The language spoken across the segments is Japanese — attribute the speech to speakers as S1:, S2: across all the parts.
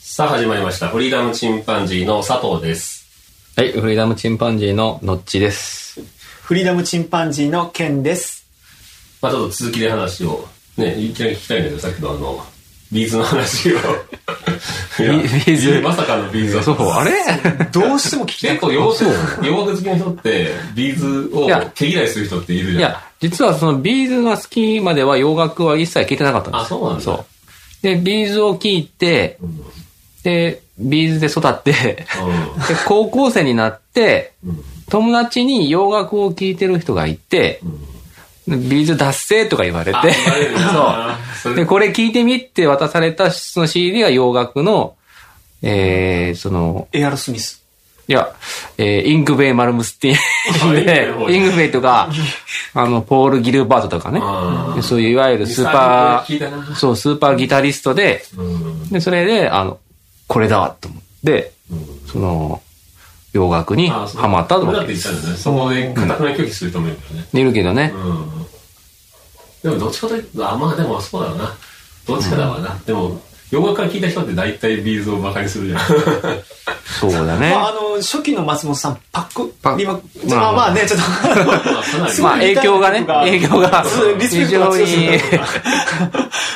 S1: さあ始まりました。フリーダムチンパンジーの佐藤です。
S2: はい、フリーダムチンパンジーのノッチです。
S3: フリーダムチンパンジーのケンです。
S1: まあちょっと続きで話を、ね、いきなり聞きたいんだけど、さっきのあの、ビーズの 話を。いや
S2: ビーズ
S1: まさかのビーズだ
S2: そう、あれ
S3: どうしても聞きたい。
S1: 結構洋楽、洋楽好きの人って、ビーズを
S2: いや
S1: 毛嫌いする人っているじゃん。
S2: いや、実はそのビーズが好きまでは洋楽は一切聞いてなかったんです
S1: あそうなんだ
S2: そう。で、ビーズを聞いて、で、ビーズで育って、で
S1: う
S2: 高校生になって、
S1: ん。うん。
S2: 友達に洋楽を聴いてる人がいて、
S1: うん。
S2: ビーズ達成とか言われて
S1: あ、言われるなそ
S2: そう。
S1: れ
S2: で、これ聞いてみって渡されたその CD が洋楽の、えー、その、
S3: エアロスミス。
S2: いや、えーイングベイ・マルムスティン
S1: あ
S2: で、
S1: イ
S2: イ
S1: ン
S2: ン
S1: グ
S2: グベイとか、あの、ポール・ギルバートとかね
S1: あー、
S2: そういういわゆるスーパ
S1: ミスターギルバート聞いた
S2: ー、
S1: な
S2: そう、スーパーギタリストで、
S1: うん。
S2: で、それで、あの、これだと思って、その、洋楽に
S1: あそう
S2: ハマったと
S1: 俺
S2: 思
S1: だ
S2: っ
S1: って
S2: て
S1: 言ったんだよね。そこで、かたくなに拒否する人もいるからね。
S2: いるけどね。
S1: うん。でも、どっちかというと、あ、まあでもそうだよな。どっちかだわな。でも、洋楽から聞いた人って大体ビーズを馬鹿にするじゃん。
S2: そうだね
S3: ま。あ、あの、初期の松本さん、パック、
S2: パッ
S3: 今、
S2: ま
S3: ま
S2: あ
S3: あまあね、ちょっと。
S1: まあかなり
S3: す
S2: まあ、
S3: ごい
S2: 影響がね、
S3: 痛い
S2: 影
S3: と
S2: 響が
S3: そう、リスペ
S2: 非
S3: クトが
S2: 常
S3: 強すぎ
S2: に
S3: る、
S2: ま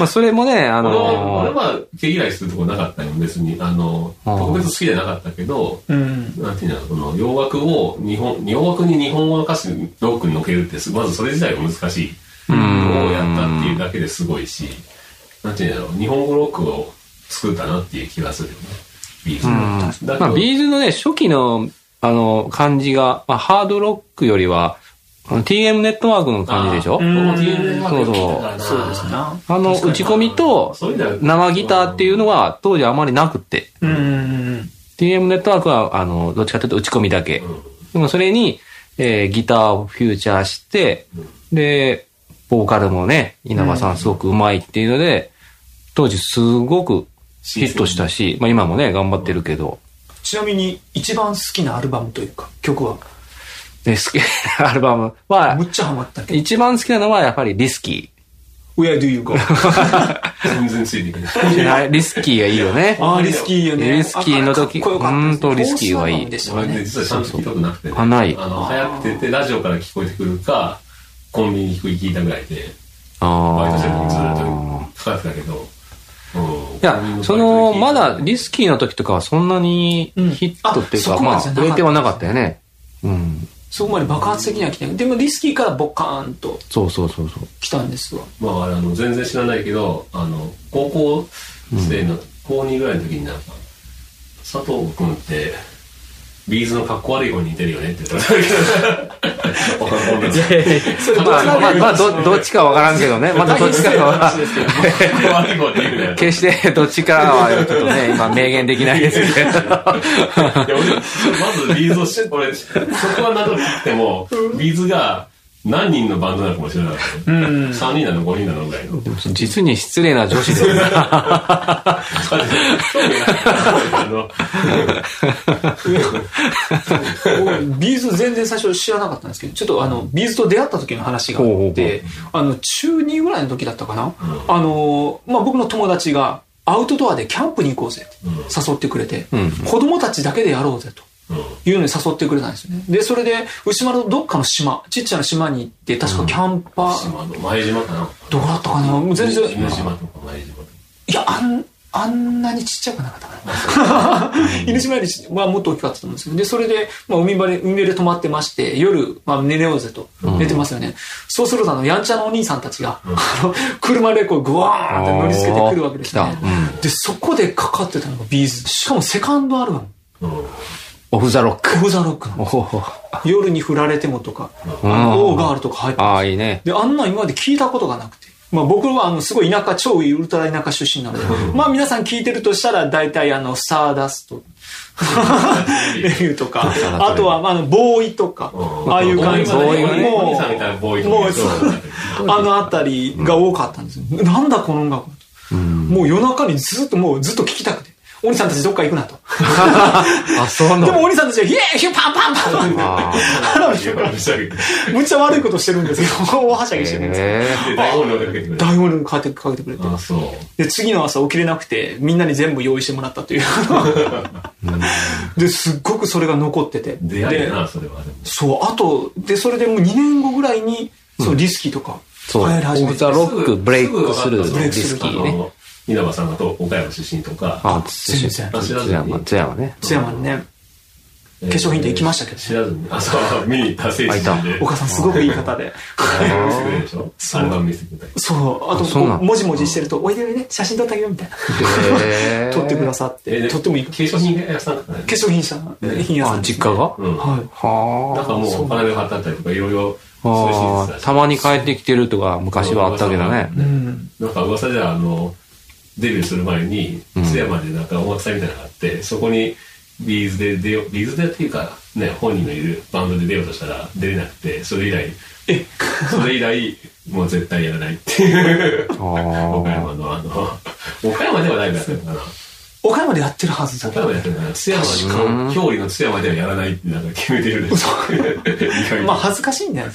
S2: あ、それもね、あ
S1: 俺は、俺
S2: の、
S1: は毛嫌いするとこなかったよ、別に。あの、
S2: あー
S1: 特別好きじゃなかったけど、
S3: うん。
S1: なんていうんだろう、この洋楽を日本、洋楽に日本語の歌詞にロックに乗っけるってす、まずそれ自体が難しい。
S2: ん
S1: をやったっていうだけですごいし、なんていうんだろう、日本語ロックを作ったなっていう気がするよね。ビーズ
S2: ま
S1: の。だけ
S2: あ、
S1: ど
S2: ビーズのね、初期の、あの、感じが、まあ、ハードロックよりは、あの TM ネットワークの感じでしょ
S3: ん
S1: そうそ
S3: そうですな。
S2: あの、打ち込みと、
S1: そういうのは
S2: 生ギターっていうのは、当時あまりなくて。
S3: うん。
S2: TM ネットワークは、あの、どっちかというと打ち込みだけ。でもそれに、えーギターをフューチャーして、で、ボーカルもね、稲葉さんすごくうまいっていうので、当時すごくヒットしたし、まあ今もね、頑張ってるけど、
S3: ちなみに、一番好きなアルバムというか、曲は、
S2: で、好き、 アルバムは
S3: む、っちゃハマったけど。
S2: 一番好きなのはやっぱりリスキ
S3: Where do you go?
S1: 全然ついていけない。
S2: ー。あリスキーがいいよね。
S3: あー、リスキーよね。
S2: リスキーの時
S3: あかっこよかっ
S2: ほんと
S3: たですね
S2: リスキーはいい
S3: コースアル
S1: 俺
S3: バムでしたよ
S1: ね、
S3: ね。
S1: 実はちゃんと聞いたことなくてね。
S2: あない
S1: あの、早くてて、ラジオから聞こえてくるか、コンビニに聞いたぐらいで、バイトしてる時ず
S2: ああ。
S1: っとかかってたけど、うん
S2: いや、その、まだ、リスキーの時とかはそんなにヒ
S3: うん
S2: ットっていうか、
S3: あそこ
S2: ま
S3: まで
S2: あ
S3: じゃ、なかった
S2: 売れてはなかったよね。うん。
S3: そこまで爆発的には来てない。でも、リスキーからボカーンと
S2: そうそうそうそう。
S3: 来たんですわ。
S1: まあ、あの、全然知らないけど、あの、高校生の、高2ぐらいの時になんか、佐藤君って、ビーズの格好悪い方に似てるよねって言ったんだけど女の子に
S2: まあ、まあ、まあ、ど、どっちかわからんけどね。まだどっちかは、
S1: 格好悪い方って言うなよ。
S2: 決してどっちかはちょっとね、今明言できないですけど。
S1: いや俺まずビーズをし、俺、そこはなくっても、ビーズが何人のバンドなのかもしれない。3人なの ?5 人なのぐらい の。
S2: 実に失礼な女子ですね。
S1: 興味ないあの
S3: 僕ビーズ全然最初知らなかったんですけど、ちょっとあの、ビーズと出会った時の話があ
S2: ほうほ
S3: っ
S2: うほう
S3: て、あの、中2ぐらいの時だったかな。あの、まあ、僕の友達が、アウトドアでキャンプに行こうぜ
S1: ん、
S3: 誘ってくれて、
S2: ん
S3: 子供たちだけでやろうぜと。いうのに誘ってくれたんですよね。で、それで、牛丸のどっかの島、ちっちゃな島に行って、確かキャンパー、
S1: 島の前島かな。
S3: どこだったかなもう全然、
S1: 犬島とか前島とか。
S3: いや、あん、あんなにちっちゃくなかったかな。犬島よりはもっと大きかったと思うんですけど、で、それで、まあ、海辺で、海辺で泊まってまして、夜、まあ、寝ようぜと、寝てますよね。そうすると、あの、やんちゃのお兄さんたちが、あの、車でこう、ぐわーんって乗りつけてくるわけです
S2: あ
S3: ね
S2: ー来。た
S3: で、そこでかかってたのがビーズ。しかも、セカンドアルバム。
S1: うん
S2: オフザロック。
S3: オブザロック
S2: お
S3: の。
S2: ほほ
S3: 夜に振られてもとか、あ
S2: うん
S3: の、オーガールとか入って
S2: ああ、いいね。
S3: で、あんなん今まで聞いたことがなくて。まあ僕はあの、すごい田舎、超ウルトラ田舎出身なので、まあ皆さん聞いてるとしたら、大体あの、スターダスト、レビューとか、あとはまああの、ボーイとか、ああいう感じで、
S2: ボーイはね
S1: お兄
S3: も
S1: さんみたいなボーイ
S3: う、
S1: とか
S3: も
S1: ね
S3: う
S1: そう
S3: そう、あのあたりが多かったんですよ。なんだこの音楽はともう夜中にずっともうずっと聞きたくて、お兄さんたちどっか行くなと。
S2: あ、そうな
S3: でも
S2: の
S3: お兄さんたちは、イエーイヒューパンパンパン
S2: あ
S3: 花火とかむっちゃ悪いことしてるんですけど、大はしゃぎしてるんです
S2: え
S3: け
S1: で、台本にかけてくれ
S3: ど、台本にかけてかけてくれて。
S1: あ、そう。
S3: で、次の朝起きれなくて、みんなに全部用意してもらっ たという。で、すっごくそれが残ってて。
S1: 出会い
S3: で
S1: だな、それは。でも
S3: そう、あと、で、それでもう2年後ぐらいに、そう、リスキーとか、流
S2: そう。オ
S3: 行り始め
S2: ブ
S3: て
S2: ザ。ロック、ブレイクする、デ
S1: すぐ
S2: ィスキー
S1: あ
S2: ね。
S1: の稲葉さんがと岡山出身とか、
S2: あ、津
S3: 全
S1: 然
S2: 津山、津山ね。
S3: 津山にね、
S1: 化
S3: 粧品で行きましたけどね
S1: 知らずに、あ、そう、見に行った聖地
S2: あ
S1: なん
S2: い
S1: で。
S3: お母さんすごくいい方で。
S1: 見せてくれるでしょ
S3: う
S1: 三番見せてくれたり。
S3: そう、あと、
S2: あそうなの
S3: こうもじもじしてると、おいでおいで、写真撮ってあげようみたいな。
S2: へー
S3: 撮ってくださって、
S1: で
S3: とってもいい
S1: 化
S3: 化
S1: 粧品屋さんだったね。
S3: 粧品社、品屋さ
S2: あ
S3: ん、ですね。
S2: 実家が
S1: うん。
S3: はい。
S1: な
S2: は
S1: んかもうお金が買ったりとか、いろいろ、
S2: あ。
S1: そういう親
S2: あ
S1: 切
S2: あ
S1: だした
S2: まに帰ってきてるとか、昔はあったけどね。
S3: うん。
S1: なんか噂じゃあのデビューする前に津山でなんか音楽祭みたいなのがあって、そこにビーズで出ようビーズでっていうかね本人のいるバンドで出ようとしたら出れなくてそれ以来
S3: え、
S1: それ以来もう絶対やらないっていう岡
S2: あ
S1: 山のあの岡山ではないからね
S3: 岡山でやってるはずだ
S1: 岡山やってるから津山しか表裏の津山ではやらないってなんか決めてるんですよ 意外に
S3: まあ、恥ずかしいんだよ。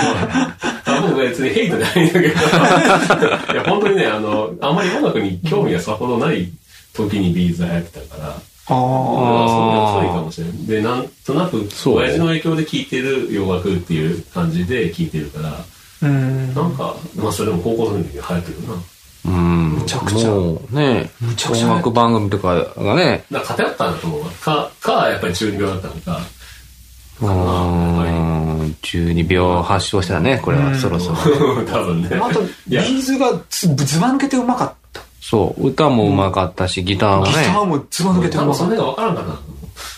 S1: あ僕は別にヘイトじゃないんだけ ど。いや、本当にね、あの、あんまり音楽に興味がさほどない時にビーズが流行ってたから、
S3: ああ。
S1: そんな遅いかもしれない。で、なんとなく、
S2: そう
S1: 親父の影響で聴いてる洋楽っていう感じで聴いてるから、
S3: うん。
S1: なんか、まあそれでも高校生の時に流行ってるな。
S2: あ。うん。む
S3: ちゃくちゃ
S2: もうね、
S3: むちゃくちゃ
S2: 音楽番組とかがね、
S1: なんか偏ったんだと思うわか、か、やっぱり中二病だったのか、
S2: うーん、12秒発症したね、これは、そろそろ。
S1: 多分ね。
S3: あと、
S1: い
S3: ビ
S1: や、
S3: ーズがずずば抜けてうまかった。
S2: そう、歌もうまかったし、ギターも
S3: ギ
S2: ね。
S3: ターもずば抜けてう
S1: 多分
S3: まか
S1: そ
S3: っ
S1: れが分からんかな。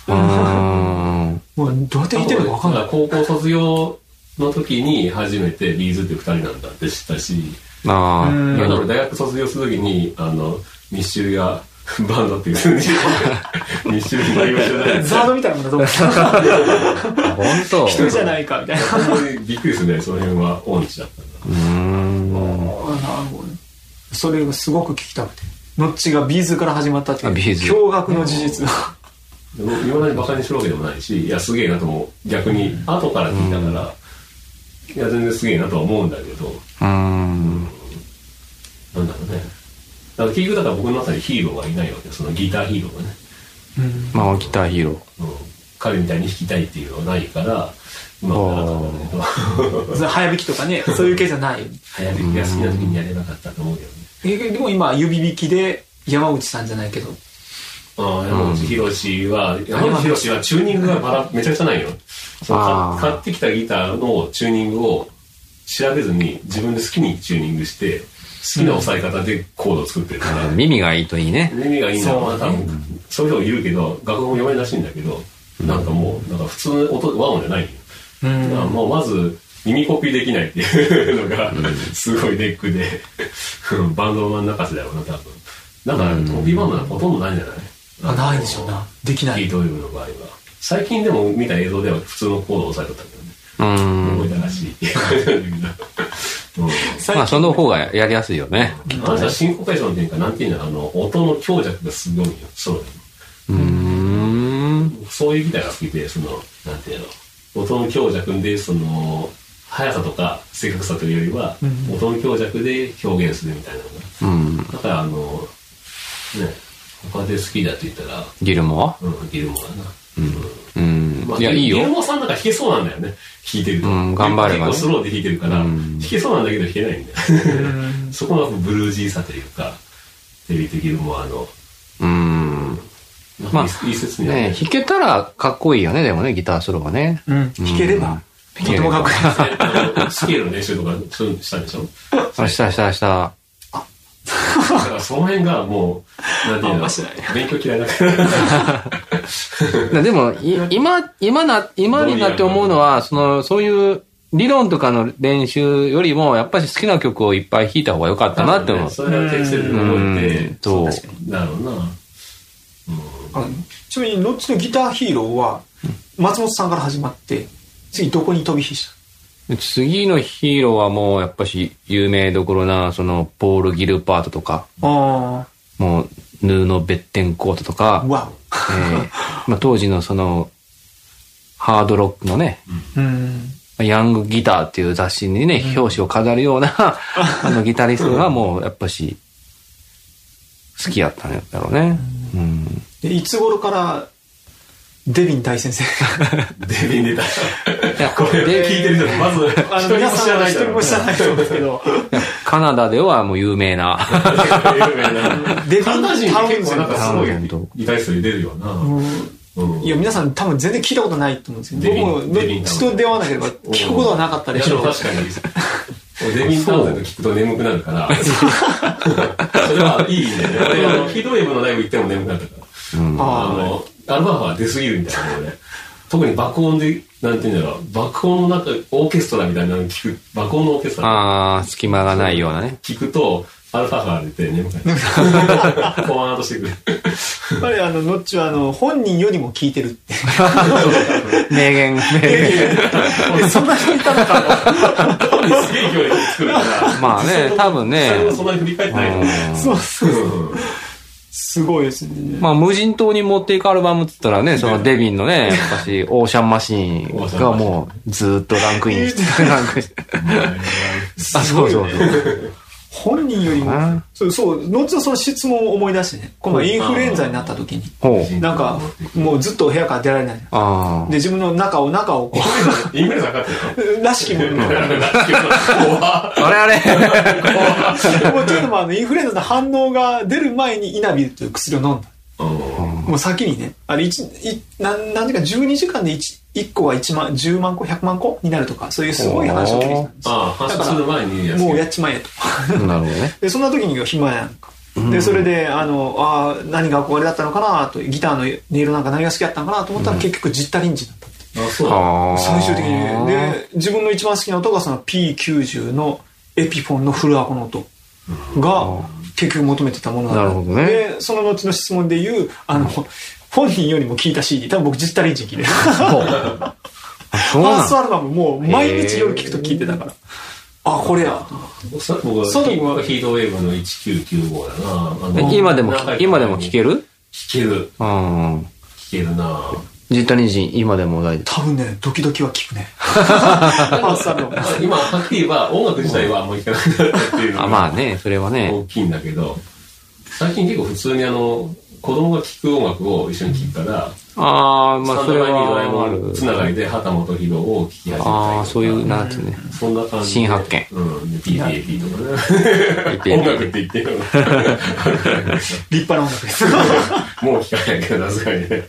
S2: うーん。
S3: た。もうどうやって弾いてるかわか んない。
S1: だら高校卒業の時に初めてビーズっていう二人なんだって知ったし、
S2: ああ、
S3: うん
S1: いやでも大学卒業する時にあのミッシュルがバンドっていう 風にミッシュルに代表してないです
S3: ザードみたいなもんだと思う。
S2: 本当。
S3: 一人じゃないか、みたいな。あ
S1: 本当にびっくりするねその辺は音痴だったんだ
S2: うーん。
S3: なるほどねそれがすごく聞きたくて。ノッチがビーズから始まったっていう。
S2: あビーズ
S3: 驚愕の事実が。
S1: でもいまだにバカにしろわけでもないしいやすげえなとも逆に後から聞いたから、いや全然すげえなとは思うんだけど
S2: うーん。
S1: なんだろうねだから結局だから僕の中でヒーローがいないわけよそのギターヒーローがね、
S3: うん
S2: まあ、ギターヒーロー。
S1: うん、彼みたいに弾きたいっていうのはないからうまくなかったんだけど
S3: 早弾きとかね、そういう系じゃない。
S1: 早弾きが好きな時にやれなかったと思うけどね
S3: えでも今、指弾きで、山内さんじゃないけど。
S1: ああ、山口博士は、山口博士はチューニングがバラ、めちゃくちゃないよ。その
S2: あ
S1: か
S2: ー
S1: 買ってきたギターのチューニングを調べずに自分で好きにチューニングして、好きな押さえ方でコードを作ってるから、
S2: 耳がいいといいね。
S1: 耳がいいんだろうな、
S3: そ
S1: 多
S3: うね
S1: 分。そういう人もいるけど、楽譜も読めるらしいんだけど、なんかもう、なんか普通の音、和音じゃないよ。
S3: う
S1: だから
S3: ん。
S1: もうまず、耳コピーできないっていうのが、すごいネックで、うんバンドの中でだろうな、多分。だから、コピーバンドなんかほとんどないんじゃない
S3: あ、ないでしょうな。できな
S1: キー
S3: い。
S1: ドリブの場合は。最近でも見た映像では普通のコードを押さえとったけどね。
S2: うー
S1: 覚
S2: ん。
S1: えたらしいっていう感じ なんだけど。うん
S2: まあ、その方がやりやすいよね。
S1: あの人は進行解消のっていうか、なんていうの、あの、音の強弱がすごいよ。そう。
S2: うーん。
S1: そういうみたいなのが好きで、その、なんていうの、音の強弱で、その、速さとか正確さというよりは、
S3: うん
S1: 音の強弱で表現するみたいなの
S2: うん。
S1: が。だから、あの、ね、他で好きだって言ったら、
S2: ギルモ
S1: うん、ギルモアな。
S2: アうん
S1: ま。あ
S2: いや、いい
S1: ギル
S2: よ。
S1: モさんなんか弾けそうなんだよね。弾いてると。
S2: うん頑張ればね
S1: 結構スローで弾いてるから、
S2: うん
S1: 弾けそうなんだけど弾けないんだ
S3: う
S1: よ。
S3: ん
S1: そこがブルージーさというか、テレビ的にもあの、
S2: うん。
S1: なん
S2: まあ
S1: かいい説には
S2: ね
S1: ね、
S2: 弾けたらかっこいいよね、でもね、ギターソロがね。
S3: うん。弾ければ、とてもかっこいい。
S1: あのスケールの練習とかそういうのしたんでしょ
S2: あ、したしたした。
S1: だからその辺がもう、なんていう
S3: あん
S1: の
S3: ましない、
S1: 勉強嫌いだから。
S2: なでも、い今、今な、今になって思うのは、その、そういう理論とかの練習よりも、やっぱり好きな曲をいっぱい弾いた方が良かったなって思う。
S1: それは適切に覚え
S2: うん
S1: て、
S2: と
S1: 確かになるほどな。
S3: うんちなみに、ノッチのギターヒーローは、松本さんから始まって、次どこに飛び火し
S2: 次のヒーローはもう、やっぱし、有名どころな、その、ポール・ギルパートとか、
S3: たあ
S2: もう、ヌーノ・ベッテンコートと
S3: あ。
S2: か、
S3: わ お。
S2: まあ、当時のその、ハードロックのね、
S3: うん。
S2: ヤングギターっていう雑誌にね、表紙を飾るよ うな、あのギタリストがもう、やっぱし、好きやったんだろうね。うん。
S3: でいつ頃から、デビン大先生が。
S1: デビン出た。
S2: いや
S1: これ
S2: で
S1: 聞いてる人、まず、
S3: あ
S1: 一人
S3: の、皆
S1: も知ら
S3: さ
S1: な
S3: んはい一
S1: だ
S3: 人
S1: ろう
S3: も知らないと思うんですけど、
S2: カナダではもう有名 な。
S1: 有名な
S3: デビン・
S1: カ
S3: タ
S1: ン
S3: ウ
S1: ダ
S3: ンズ
S1: 人って結構なんかすごい
S2: タウンズ、
S1: ギタリスト出るよな。うん
S3: いや、皆さん多分全然聞いたことないと思うんですけ
S1: デビン
S3: ど、僕も
S1: デビン
S3: 一度出会わなければ聞くことはなかったでしょう
S1: い。や確かに。俺デビン・タウンゼント聞くと眠くなるから、 それはいいんだよね。俺、あの、ひどい部のライブ行っても眠くなるから。あ
S3: あ
S1: の、アルバムは出過ぎるみたいなのね。特に爆音で、なんていうんだろう、爆音の中、オーケストラみたいなの聞く、爆音のオーケストラ
S2: あー、隙間がないようなね。
S1: 聞くと、アルファ波が出て眠くなる。コマンとしてくる。
S3: あ。やっぱりあの、ノッチはあの、本人よりも聞いてるって。
S2: 名言、名言。
S3: え そんな人いたのか
S1: すげえ勢いで作るから。
S2: まあね、多分
S1: 実
S2: ね。
S1: 際はそんなに振り返ってないの。
S3: な そうそう。
S1: うん
S3: すごいですね。
S2: まあ、無人島に持っていくアルバムって言ったらね、そのデビンのね、やっぱし、オーシャンマシーンがもう、ずーっとランクイン して、ランクインして。あ、そうそうそう。
S3: 本人よりも
S2: あ、
S3: そう、そう、ノッチのその質問を思い出してね、このインフルエンザになった時に、
S2: ほう。
S3: なんか、もうずっと部屋から出られない。で、
S2: ああ。
S3: 自分の中を、中をこ
S1: インフルエンザかかってる
S3: う、らしきものに、もう
S1: の
S2: あれあれ
S3: ちょっとまああの、インフルエンザの反応が出る前にイナビルという薬を飲んだ。もう先にね、あれ一、い何、何時間、12時間で 1, 1個は1万、10万個、100万個になるとか、そういうすごい話を聞いてたんですよ
S1: ああ、発症する前にやつ
S3: もうやっちまえと。
S2: なるほどね。
S3: で、そんな時に暇やんか。で、それで、あの、ああ、何が憧れだったのかなと、ギターの音色なんか何が好きだったのかなと思ったら、結局、ジッタリンジだった。
S1: あ、そう。
S2: ああ。
S3: 最終的にね。で、自分の一番好きな音がその P90 のエピフォンのフルアコの音が結局求めてたものだった
S2: なるほどね
S3: で、その後の質問で言う、あの、本人よりも聞いた CD、多分僕実体リンジ聞いてる。フ
S2: ほう。あそう
S3: ァー
S2: な
S3: スト
S2: の
S3: アルバムもう毎日夜聞くと聞いてたから。あ、これや。
S1: さ僕は、
S3: 佐藤君は
S1: ヒートウェーブの1995だな。あの
S2: え今でも、今でも聞け
S1: る
S2: る
S1: 聞ける。
S2: うん。
S1: 聞けるな。
S2: ジッタニジン、今でも大丈
S3: 多分ね、ドキドキは聞 くね。ファーストアルバム。
S1: 今、はっきり言えば、音楽自体はもういかなくなったっていう
S2: 夫。あ、
S1: の
S2: ま
S1: が
S2: あね、それはね。
S1: 大きいんだけど、最近結構普通にあの、子供が聴く音楽を一緒に聴くから、
S2: ああ、まあ
S1: サン
S2: そ
S1: ド
S2: れ
S1: ラインにドラえも
S2: はあ
S1: ん
S2: る。
S1: つながりで畑本博を聴き始めたりとか。
S2: ああ、そういう、なんていうね。
S1: そんな感じで。
S2: 新発見
S1: うん。で PTAP とかね。音楽って言ってるの。
S3: 立派な音楽です。
S1: もう聞かないけど、さすがにね。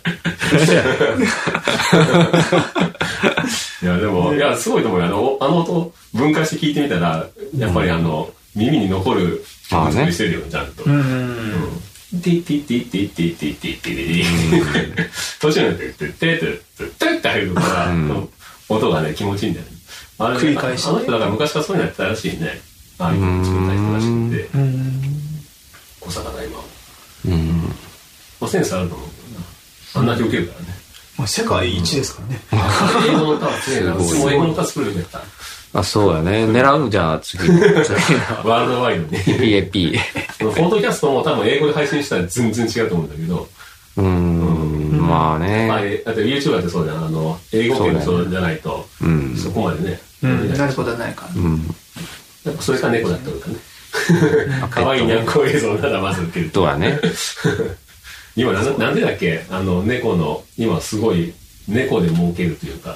S1: いや、でも、いや、すごいと思うよ。あの、あの音、分解して聞いてみたら、やっぱりあの、耳に残る
S2: まあね
S1: 曲作りしてるよ、ちゃんと。
S3: うん。
S1: ティティティティティティティティティティ途中のてってってってってって入るから、音がね気持ちいいんだよねあれ
S3: 繰り返し
S1: あの人だから昔からそういうのやってたらしいねああいうの作った人らしくて
S3: うん。
S1: 小坂が今も、
S2: うん。
S1: まあ、センスあると思うけどなあんだけ受けるからね
S3: まあ世界一ですからね。
S1: 英語の歌は強いな。
S2: すごい
S1: もう英語の歌作るんだった。
S2: あ、そうやね。狙うじゃあ、次。 次
S1: ワールドワイドに。
S2: PAP。
S1: このポッドキャストも多分英語で配信したら全然違うと思うんだけど、
S2: うーん、まあ
S1: まあ、
S2: ね。
S1: えだって YouTube だってそうじゃん。あの、英語圏の人じゃないと、
S2: うん。
S1: そこまでね。
S3: うん。な
S1: や
S3: ることはないから。
S2: うん。
S1: っぱそれか猫だったことだね。 可愛いにゃんこ映像ならまず受ける
S2: と
S1: と。
S2: はね。
S1: 今なん、なんでだっけあの、猫の、今すごい、猫で儲けるというか、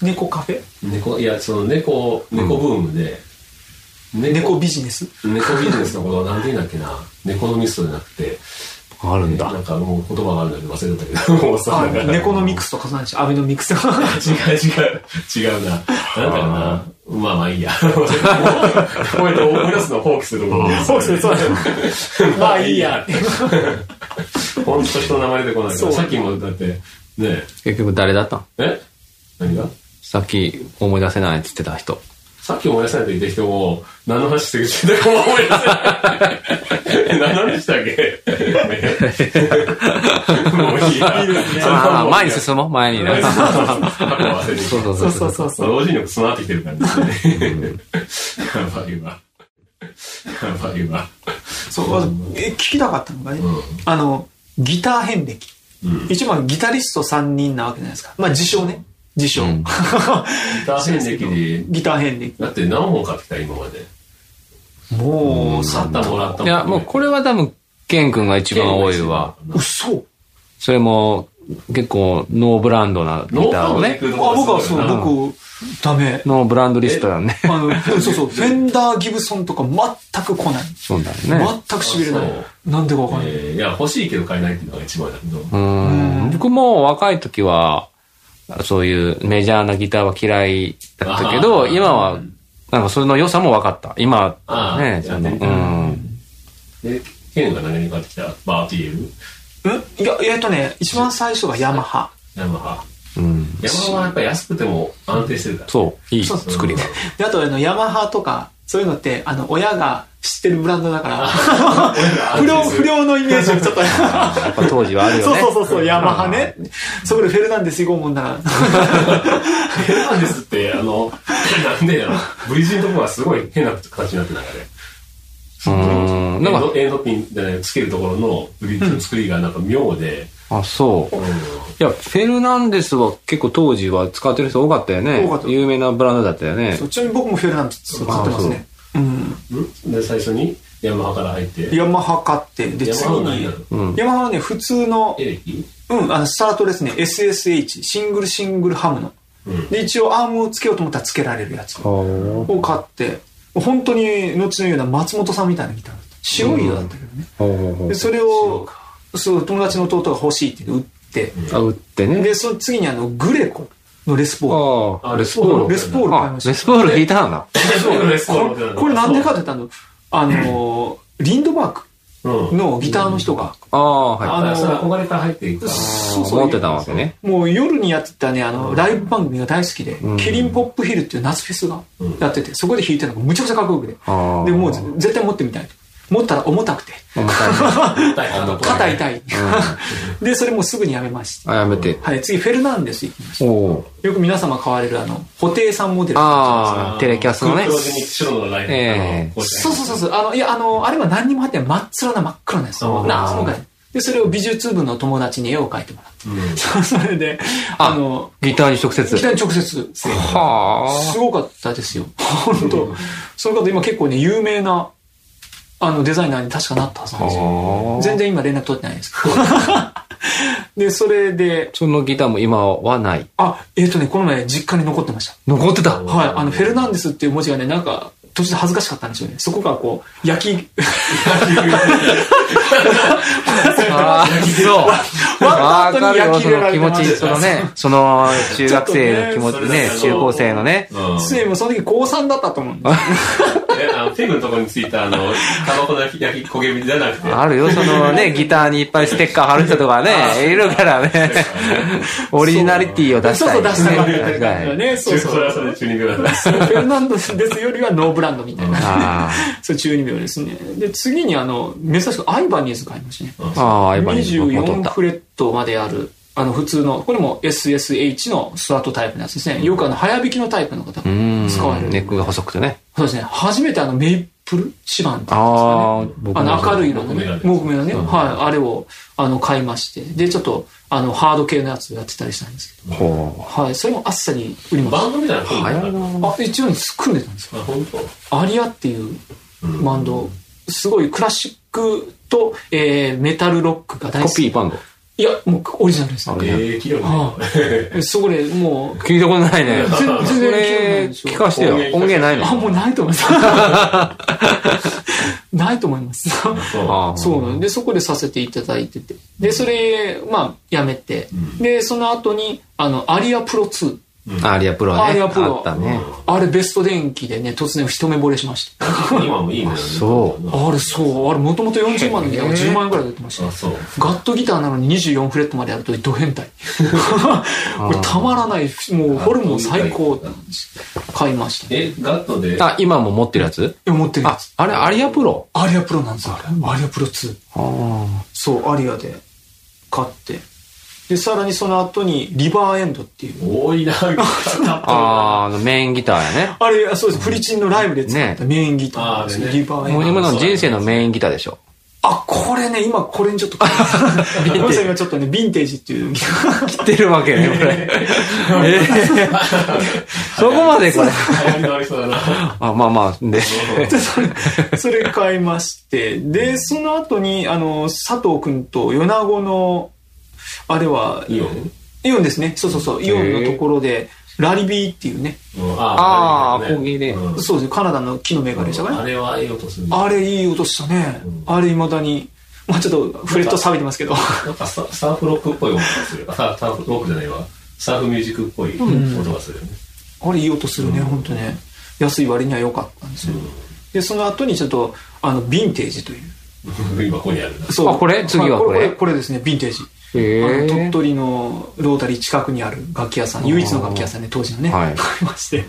S3: 猫カフェ
S1: 猫、いや、その猫、猫ブームで、
S3: 猫ビジネス
S1: 猫ビジネスのことをなんて言うんだっけな、猫のミストじゃなくて、
S2: あるんだ
S1: な。んかもう言葉があるんだけど忘れたけど、もうさ、
S3: あ
S1: なんか
S3: 猫のミクスと重なるし、アベノミクスと重なるし。
S1: 違う違う、違うな。なんだろうな。まあまあいいや。もうこうやって思い出すのを放棄するもん
S3: そうそうそう。まあいいや。
S1: ほんと人の名前出てこないか
S3: そう
S1: ら、さっきもだって、ねえ、
S2: 結局誰だったん
S1: え何が
S2: さっき思い出せないって言ってた人。
S1: さっき思い出せないと言った人も、何の話してるし、でも思い出せない。え何 の話したっけもういいや。それはもういい
S2: あ
S1: や
S2: あ、前に進もう。前にね。
S1: そ
S2: そう
S1: そ
S2: うそう
S1: そ。
S2: うそうう。
S3: そうそうそう。
S1: 老人力備わってきてる感じですね。やばいわ。やばいわ。
S3: そうえ聞きたかったのがね、あの、ギター遍歴。
S1: うん
S3: 一番ギタリスト3人なわけじゃないですか。まあ自称ね。自称。
S2: うん
S3: ギ
S1: ター遍歴で
S3: ギター遍歴。
S1: だって何本買ってきた今まで。
S3: もう、
S1: 買ったもらった
S2: いや、もうこれは多分、ケン君が一番多いわ。。
S3: 嘘
S2: それも、結構、ノーブランドなギ
S1: ノー
S2: ターをね。
S3: あ、僕はそう、
S2: うん
S3: 僕、ダメ。
S2: ノーブランドリストだね。
S3: あの、そうそう、フェンダー・ギブソンとか全く来ない。
S2: そうだよね。
S3: 全くしびれな
S1: あ
S3: い。なんでかわかんない。
S1: えーいや、欲しいけど買えないっていうのが一番だけど。
S2: う
S3: うん
S2: ん。僕も若い時は、そういうメジャーなギターは嫌いだったけ
S1: あ
S2: ど、
S1: ー
S2: 今は、なんかそれの良さも分かった。今
S1: あ
S2: は、
S1: ー
S2: ね、ち
S1: や
S2: ゃ
S1: っ
S2: ん
S1: て
S2: と。う
S1: みたら
S2: ん。
S1: で、ケンが何に買ってきたバーティール
S3: んいや、えっとね、一番最初がヤマハ。
S1: ヤマハ。
S2: うん。
S1: ヤマハはやっぱ安くても安定してるから。
S2: そう、いい
S3: そうそう
S2: 作りが。
S3: で、あと、あの、ヤマハとか、そういうのって、あの、親が知ってるブランドだから、 不良、不良のイメージをちょっと。
S2: やっぱ当時はあるよ
S3: そう
S2: ね。
S3: そうそうそう、ヤマハね。そこでフェルナンデス行こうもんなら。
S1: 変なんですって、あの、なんでやろ。V 字のところがすごい変な形になってたからね。
S2: うん。なんか、
S1: エンドピンじゃない、つけるところの V 字の作りがなんか妙で、
S2: あ、そう。
S1: うん
S2: いや、フェルナンデスは結構当時は使ってる人多かったよね。
S3: 多かった
S2: 有名なブランドだったよね
S3: そ。うちなみに僕もフェルナンデス買ってますね。うん。
S1: んで、最初にヤマハから入って、
S3: ヤマハ買って、で、
S1: ヤ
S3: 次
S1: マハは何
S3: に
S1: やろ、
S2: うん。
S3: ヤマハはね、普通の
S1: エ、レキ
S3: うん、あの、スタートですね、SSH、シングルシングルハムの。
S1: うん
S3: で、一応アームをつけようと思ったらつけられるやつを
S2: ほ
S3: 買って、本当に、後のような松本さんみたいなギターだった。白い色だったけどね。
S2: うほうほう
S3: で、それを、そう、友達の弟が欲しいって言って売っ
S2: あ、売って
S3: て、
S2: ね。
S3: で、その次にあの、グレコのレスポール。
S2: ああ、
S1: あ
S2: レスポール。
S3: レスポール買い
S2: あ
S3: ま、した
S2: レスポール弾いたんだ。
S3: これこれなんでかって言ったのあのー、リンドバー
S1: うん
S3: クのギターの人が、
S2: ああ、はい。
S1: あの、
S3: あの
S1: それ憧れから入っていくから。
S3: そうそう
S2: 持ってたわけね。
S3: もう夜にやってたね、あの、ライブ番組が大好きで、
S2: ん
S3: キリンポップヒルっていう夏フェスがやってて、そこで弾いてるのがむちゃくちゃかっこよくて。で、
S2: あー
S3: もう絶対持ってみたい。持ったら重たくて、
S2: 重たいね
S3: 肩痛い。 で、それもうすぐにやめまして。
S2: あ、やめて。
S3: はい、次、フェルナンデス行きまし
S2: おおー。
S3: た。よく皆様買われる、あの、布袋さんモデル。
S2: ああ、テレキャスのね。ええ
S3: そうそうそうそう。あの、いや、あの、あれは何にも入ってない。真っ面な真っ黒なやつ。
S1: あー
S3: なあ、そのかい。で、それを美術部の友達に絵を描いてもらって。 それで、あの、
S2: ギターに直接。
S3: 北に直接。
S2: は
S3: すごかったですよ。本当その方今結構ね、有名な、あの、デザイナーに確かなったはずなん
S2: あ。
S3: ですよ。
S2: ああ。
S3: 全然今連絡取ってないです。 で、それで、
S2: そのギターも今はない。
S3: あ、えっ、とね、この前実家に残ってました。
S2: 残ってた。
S3: はい、あの、フェルナンデスっていう文字がね、なんか、途中で恥ずかしかったんでしょうね。そこがこう、焼き、
S2: ああ、そう。
S3: ワ
S2: わ
S3: ンカ
S2: か
S3: ット
S2: る
S3: に
S2: よ、
S3: 焼き
S2: そ
S3: 入れら
S2: の
S3: れて
S2: 気持
S3: ま
S2: ち、
S3: す
S2: そのね、その中学生の気持
S1: ちょっ
S2: ち
S1: とね
S2: ね、
S1: それ
S2: 中高生のね、
S3: ついも その時高3だったと思うんで
S1: ペグのとこについたあの、タバコの焼き焦げじゃなくて。
S2: あるよ、そのね、ギターにいっぱいステッカー貼る人とかね、いるからね、オリジナリティを出し
S3: すよ。
S2: たい。
S3: そう出したか
S2: 出
S3: っ
S2: したた
S3: よ
S2: い
S3: ね。そうそう。
S1: はそれ中二病だ
S3: フェルナンドですよりはノーブランドみたいな。
S2: あ
S3: そう、12秒ですね。で、次にあの、珍しくアイバニーズ買いましたね。
S2: あ、ああ、やっぱり戻っ
S3: 24
S2: た
S3: フ。レットまである、あの、普通の、これも SSH のスワットタイプのやつですね。よくあの、早弾きのタイプの方
S2: う
S3: が
S2: ん、
S3: 使われ
S2: ネ
S3: る
S2: ッ。クが細くてね。
S3: そうですね。初めてあの、メイプルシバンっていうんですかね
S2: ああ、僕
S3: あの明るいの
S1: 木目が
S3: ね
S1: ね、
S3: 木目のね、はい、あれをあの買いまして、で、ちょっとあのハード系のやつをやってたりしたんですけど、
S2: ほ
S3: はい、それもあっさり売りまし
S1: バンドみたいな
S2: う。
S1: の
S2: 流行
S1: る
S2: るな
S3: た。あ、一応に組んでたんですよ。
S1: あ、本当。
S3: アリアっていうバンド、すごいクラシックと、えーメタルロックが大好
S2: コピ
S3: き。
S2: ーバンド。
S3: いや、もうオリジナルですね。
S1: ええ、きれい
S3: そこでもう、
S2: 聞いたことないね。
S3: 全
S2: そ
S3: 然興味ない
S2: れ、
S3: でしょ
S2: 聞かしてよ。音源ないの
S3: あ、もうないと思います。ないと思います。
S2: ああ
S3: そうなんで、そこでさせていただいてて。で、それ、まあ、やめて。で、その後に、あの、アリアプロ2。
S2: アリアプロね。
S3: アリアプロ
S2: あったね。
S3: あれ、ベスト電気でね、突然一目惚れしました。
S1: 今もいいね。
S3: あれ、そう。あれ、もともと40万のギターが10万円くらいで売ってました
S1: あ、。そう。
S3: ガットギターなのに24フレットまでやるというド変 態。これたまらない。もう、ホルモン最高。買いました。
S1: え、ガットで、
S2: あ、今も持ってるやつ
S3: 思ってるや
S2: あ
S3: つ。、
S2: あれ、アリアプロ
S3: アリアプロなんですよ、あれ。アリアプロ2。
S2: ああ。
S3: そう、アリアで買って。で、さらにその後に、リバーエンドっていう。
S1: 多いな、ガット。
S2: あーあの、メインギターやね。
S3: あれ、そうです。フリチンのライブで使ったメインギターなんですよ、
S1: ね
S3: リバーエン
S2: もう
S3: ド。
S2: 今の人生のメインギターでしょ。
S3: あ、これね、今これにちょっと、ごめんなさい、今ちょっとね、ヴィンテージっていう。
S2: 来てるわけね、これ。ええ そこまでこれ。
S1: 流行りのありそうだな。
S2: あ、まあまあ、で、
S3: でそれそれ買いましてでその後にあの佐藤君と米子のあれは
S1: イオン
S3: イオンですねそうそうそうイオンのところでラリビーっていうね
S1: うん
S2: あー
S1: あれね
S2: 小切れ
S1: うん
S3: そうですねカナダの木のメーカーでしたか
S1: あ
S3: ね
S1: れはええ音する。
S3: あれいい音したね
S1: うん
S3: あれいまだにまあちょっとフレット錆びてますけど
S1: なんかササーフロックっぽい音がする。あサーフロックじゃないわ。サーフミュージックっぽい
S3: ん
S1: 音がするよね。
S3: あれいい音するね、
S1: うん
S3: ほんとね安い割には良かったんですよ、でその後にちょっとあのヴィンテージという
S1: うん今ここにあるな。
S3: そ
S2: あ
S3: う
S2: これ次はこれ
S3: これこれですねヴィンテージ
S2: え
S3: あの鳥
S2: え
S3: 取のロータリー近くにある楽器屋さん、唯一の楽器屋さんで当時のね、
S2: は
S3: 買
S2: い
S3: いまして、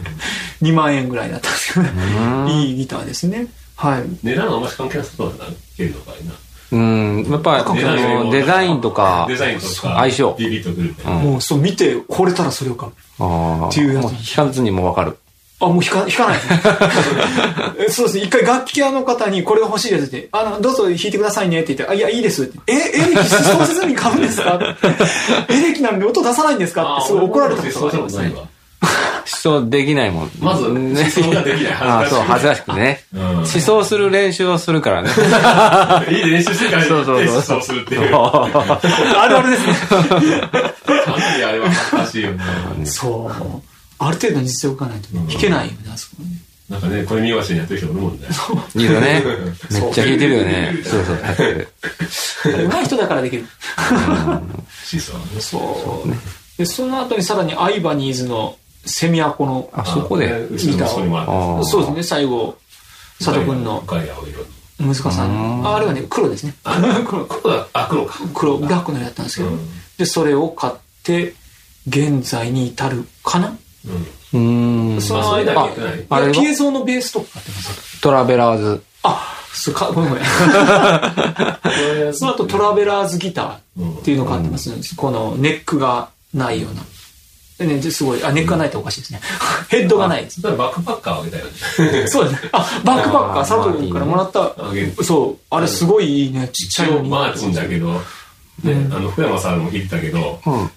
S3: 2万 円ぐらいだったんですけど
S2: うん
S3: ね、いいギターですね。はい。
S1: 値段はあんまり関係なさそうだな。けれどかいな。
S2: うん、やっぱ、あ
S1: 値段より
S2: の
S1: も
S2: デザインとか
S1: デ、ザインとか。
S2: 相性
S1: ビビッとくるみたいな。
S2: うん
S3: もうそう見て、惚れたらそれを買う。
S2: あ
S3: っていう
S2: あ、
S3: やつ
S2: もう引かずにもわかる。
S3: あ、もう弾か弾かないですね。 えそうですね。一回楽器屋の方にこれが欲しいですって、あの、どうぞ弾いてくださいねって言って、あ、いや、いいですって。え、エレキ小説に買うんです かってエレキなのに音出さないんですかって、すごい怒られたこと
S1: そう
S3: があ
S1: でも
S3: ります
S1: ない
S3: ね。
S1: わ。
S2: 思想できないもん。
S1: まず
S2: ね
S1: 思想ができない
S2: ああ、そう、恥
S1: 恥ず
S2: ずか
S1: か
S2: しくね。
S1: うん
S2: 思想する練習をするか らね。
S1: いい練習してから
S2: そうそうそう
S1: テストをするっていう。か
S3: あるあるですね。
S1: なりあれは恥ずかしいよね。
S3: そう。ある程度の実力がないとね弾けないよね、あそこね。
S1: なんかね、これ見よがしにやってる人おるもんね。
S2: いいよね。め
S1: そう
S2: っちゃ弾いてるよね。そうそう、やってる。
S3: 上手い人だからできる。
S1: シーソーはね
S3: そう。で、その後にさらにアイバニーズのセミアコの、
S2: あ、そこ
S1: あのね
S2: で。
S1: うちの息子にもあるん
S2: ああ。
S3: そうですね、最後、佐藤君の
S1: 深い青色の。
S3: 息子さんの、ああれはね、黒ですね。
S1: あ、黒、黒だ。あ、黒か。
S3: 黒、ブラックのやったんですけど
S1: うん、
S3: で、それを買って、現在に至るかな
S1: うん。
S2: うーん。
S3: そう
S1: まあ、それだけやってない。
S2: あ
S3: い
S2: れは
S3: や、ピエゾーのベースとか買ってます。
S2: トラベラーズ。
S3: あ、そうか、ごめんごめん。その後、トラベラーズギターっていうのを買ってます。このネックがないような。でね、ですごい、あ、ネックがないっておかし いですね。ヘッドがないです。
S1: だからバックパッカーをあげたよね。
S3: そうですね。あ、バックパッカ
S2: あ
S3: ー、
S2: ー
S3: 佐藤君からもらった
S1: あげる。
S3: そう、 あれすごいいいね。ちっ
S1: 一
S3: ちゃいの
S1: 応
S3: に。
S1: マーチンだけど、ね、あの、福山さんも弾いたけど、
S2: うん。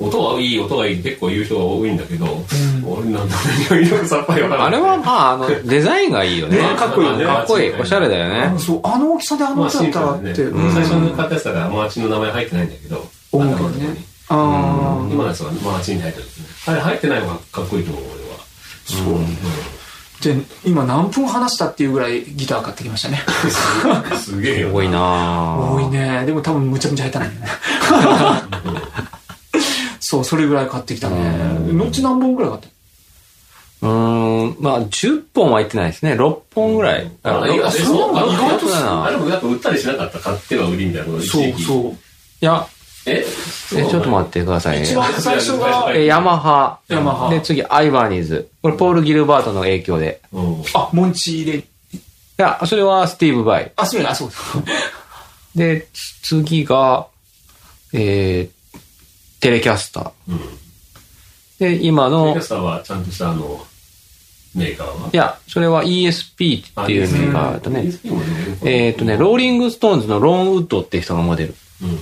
S1: 音はいい、音はいい、結構言う人が多いんだけど、俺なんだろう、よくさっぱりわから
S2: あ
S1: な
S2: れ
S1: い。
S2: は、まあ、あの、デザインがいいよね。
S3: ねかっこいいよね
S2: かっこいい。おしゃれだよね。
S3: そう、あの大きさであの
S1: まあ、
S3: 音だ
S1: シ
S3: っ
S1: ンプ
S3: たらっ
S1: ル
S3: て
S1: でね。。最初の買ったやつだから、マーチンの名前入ってないんだけど、
S3: 思うけど
S1: 頭の
S3: ね
S1: とこ。
S3: あ
S1: に今のやつはマーチンに入ってるんですね。あれ入ってないのがかっこいいと思う、俺は。そう。
S3: あ。で、今何分話したっていうぐらいギター買ってきましたね。
S1: すげえよ。
S2: 多いなぁ
S3: 多いね。でも多分むちゃむちゃ下手なんだよね。 そう、それぐらい買ってきたね。のっち何本ぐらい買った
S2: うーん。まあ、10本はいってないですね。6本ぐらい。あ
S1: いや
S2: い
S1: でそうか
S3: そう
S1: 意外と
S2: そうだな
S1: あれもやっぱ売ったりしなかった買っては売りみたいなこと一
S3: そ
S1: 時
S3: う
S1: 期
S3: そう。
S2: や、
S1: え
S2: え、ちょっと待ってくださいね。
S3: 一番最初が、
S2: え、ヤマハ。
S3: ヤマハ
S2: で、次、アイバーニーズ。これ、ポール・ギルバートの影響で。
S1: うん
S3: あ、モンチ入れ。
S2: いや、それはスティーブ・バイ。
S3: あ、そうや、あ、そうだ。
S2: で、つ次が、えー、テレキャスター。
S1: うん
S2: で、今
S1: テレ
S2: の
S1: カ、スターはちゃんとしたあのメーカーはい
S2: や、それは ESP っていうメーカーだね。
S1: ESP もね
S2: えっとね、ローリング・ストーンズのローンウッドって人がモデル。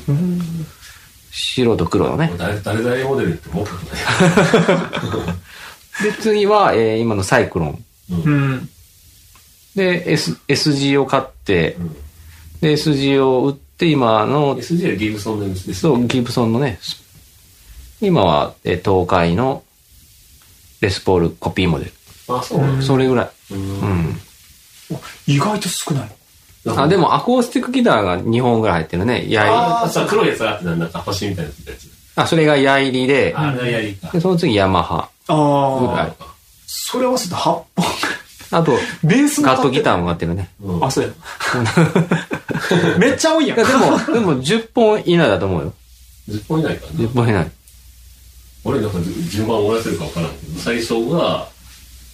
S1: うん
S2: 白と黒のね。
S1: 誰誰誰モデルってもうかくない
S2: で、次は、えー今のサイクロン。
S3: うん。
S2: で、S、SG を買って
S1: ん、
S2: で、SG を売って、今 の
S1: SG はギブソンのですね
S2: そう、ギブソンのね、ス今は、えー東海のレスポールコピーモデル。
S1: あそうなんです
S2: それぐらい。
S1: うん
S2: うん。
S3: お意外と少ない。
S2: あ、でもアコースティックギターが2本ぐらい入ってるね。やい。
S1: あさ黒いやつがあってなんか星みたいなやつ
S2: あ、それがやいりで、
S1: あれがやりか
S2: で、その次ヤマハ。
S3: ああ。
S2: はい
S3: それ合わせて8本。
S2: あと、
S3: ベースも買
S2: ガ
S3: っ
S2: ッ
S3: て
S2: トギターも買ってるね。
S1: うん
S3: あ、そうや。めっちゃ多いやん
S2: いや。でも、 でも10本以内だと思うよ。
S1: 10本以内かな
S2: 10本以内。
S1: 俺なんか順番俺らせるか分からんけど最初が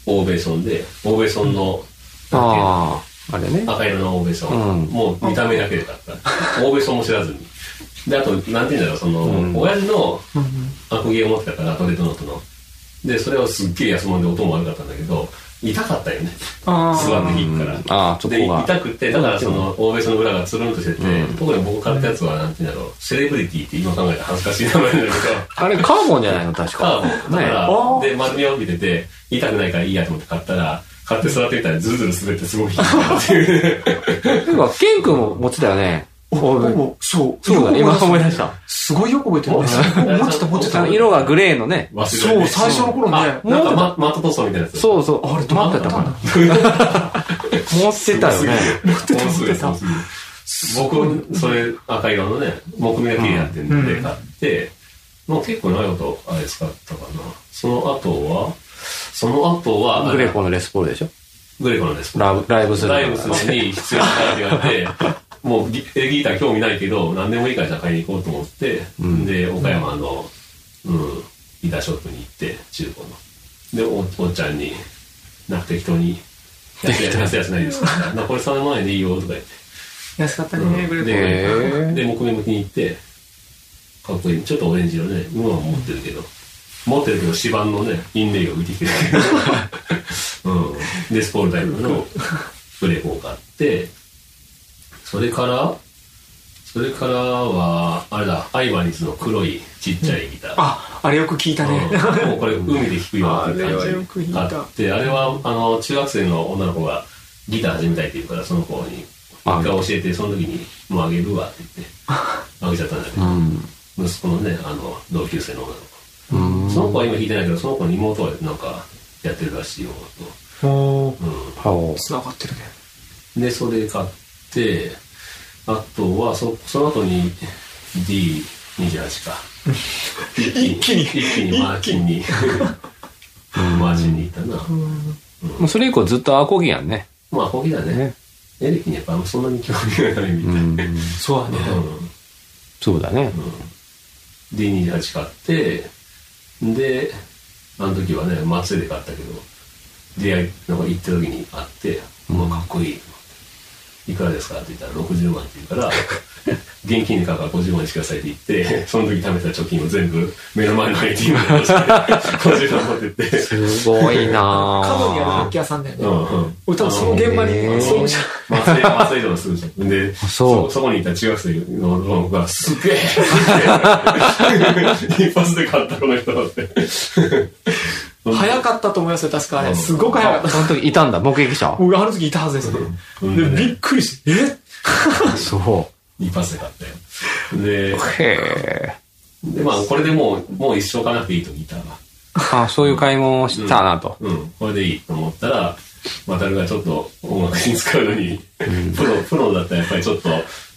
S1: オーベーションでオーベーションのなんていうの
S2: ああ、あれね。
S1: 赤色のオーベーション、
S2: うん
S1: もう見た目だけで買った、オーベーションも知らずにであとなんていうんだろうその、親父のアコギを持ってたからトレッドノートのでそれはすっげえ安物で音も悪かったんだけど痛かったよね。
S3: あ
S1: 座って引くから。
S2: ああ、そこ
S1: で
S2: が。
S1: 痛くてだからその欧米その裏がつるんとしてて、特に僕買ったやつはなんていうんだろうセレブリティって今考えたら恥ずかしい名前 なんだけ
S2: あれ、カーボンじゃないの確
S1: どカー
S2: か。
S1: ボンだ
S2: ね
S1: か
S3: あ
S1: ら、で丸みを受けてて痛くないからいいやと思って買ったら買って座ってみたらズルズル滑ってすごい引いたっていう
S2: てか、ケン君も持ってたよね。
S3: おおそう。
S2: そうだね、
S3: よ
S2: 今
S3: く
S2: 思い出した。
S3: すごいよく覚えてるね
S1: お
S3: 持ってた持って
S2: あ
S3: た。
S2: の色がグレーのね。
S1: 忘れられ
S3: そ
S1: ない
S3: う、最初の頃ね
S1: あ。なんかママット塗装みたいなやつ
S2: そうそう。
S3: あれどう
S2: 待
S3: な
S2: っ
S3: ってた
S2: た
S3: ん
S2: か
S3: だ
S2: な。持ってたよね。
S1: 持って
S3: た持ってた
S1: 僕、それ赤色のね、木目が綺麗になってるんで買って、もう結構長いことあれ使ったかな。その後は、その後は、
S2: グレコのレスポールでしょ
S1: グレコのです。
S2: ライブライブするの
S1: ライブするのに必要だから って言われて、もうギエレギター興味ないけど、何でもいいからじゃあ買いに行こうと思って、
S2: ん
S1: で、岡山の、うん、ギターショップに行って、中古の。で、おおっちゃんに、なんか適当に、安いやつ安いやつないですか なこれ3万円でいいよとか言って。
S3: 安かった
S1: う
S3: ね、
S1: ん
S3: グレ
S1: で
S3: ープ。
S2: へー
S1: で、木目も気に入って、かっこいい。ちょっとオレンジ色ね。今は持ってるけど。持ってるけど、指板のね、インレイを売り切れてる。うん。で、スポールタイプのプレコを買って、それから、それからは、あれだ、アイバニーズの黒いちっちゃいギター。
S3: あ、あれよく聞いたね。
S1: うんもうこれ海で弾くような感じ
S3: あれはよく弾いた
S1: あってあれはあの中学生の女の子がギター始めたいって言うからその子に
S2: あ
S1: 一回教えてその時に「もうあげるわ」って言って あげちゃったんだけ
S2: う
S1: ど、
S2: ん。
S1: 息子のねあの同級生の女の
S2: うん
S1: 子その子は今弾いてないけどその子の妹はなんかやってるらしいよと、
S3: おー、
S1: う
S2: そ
S3: 繋がってるね。
S1: ん、でそれ買ってあとはそその後に D28 か一
S3: 気に
S1: 一気にマーチンにマーチンに行ったな、
S2: うもうそれ以降ずっとアコギやんね。
S1: まあ、ほぎだね。
S2: ね
S1: エレキにやっぱそんなに興味がないみたい。うん。
S3: そうだね。
S2: そうだね。
S1: D28 買って、で、あの時はね、松江で買ったけど、出会い、なんか行った時に会って、うわ、かっこいい。いくらですかって言ったら60万って言う から、現金で買うから50万にしてくださいって言って、その時貯めた貯金を全部目の前の ATM に戻して、50万 持ってって。
S2: すごいなぁ
S3: カドリアの楽器屋さんだよね。
S1: うん
S3: 俺多分その現場
S2: へー
S3: に、そうじゃん。
S1: 松江、松江城のすぐ近くで、
S2: そう
S1: そそこにいた中学生のロンが、すげえ一発で勝ったこの人だって。
S3: 早かったと思いますよ、確かあれ。すごく早か っ
S2: そ
S3: た。
S2: の時いたんだ、目撃者。
S3: 僕あの時いたはずですね。で、びっくりして、え
S2: そ
S1: 一発で勝ったよ。で
S2: う。、へえ。
S1: でまあ、これでもう、もう一生行かなくていいとギターが。
S2: あ、そういう買い物をしたなと。
S1: うん、これでいいと思ったら、渡るがちょっと音楽に使うのに、プロ、プロだったらやっぱりちょっと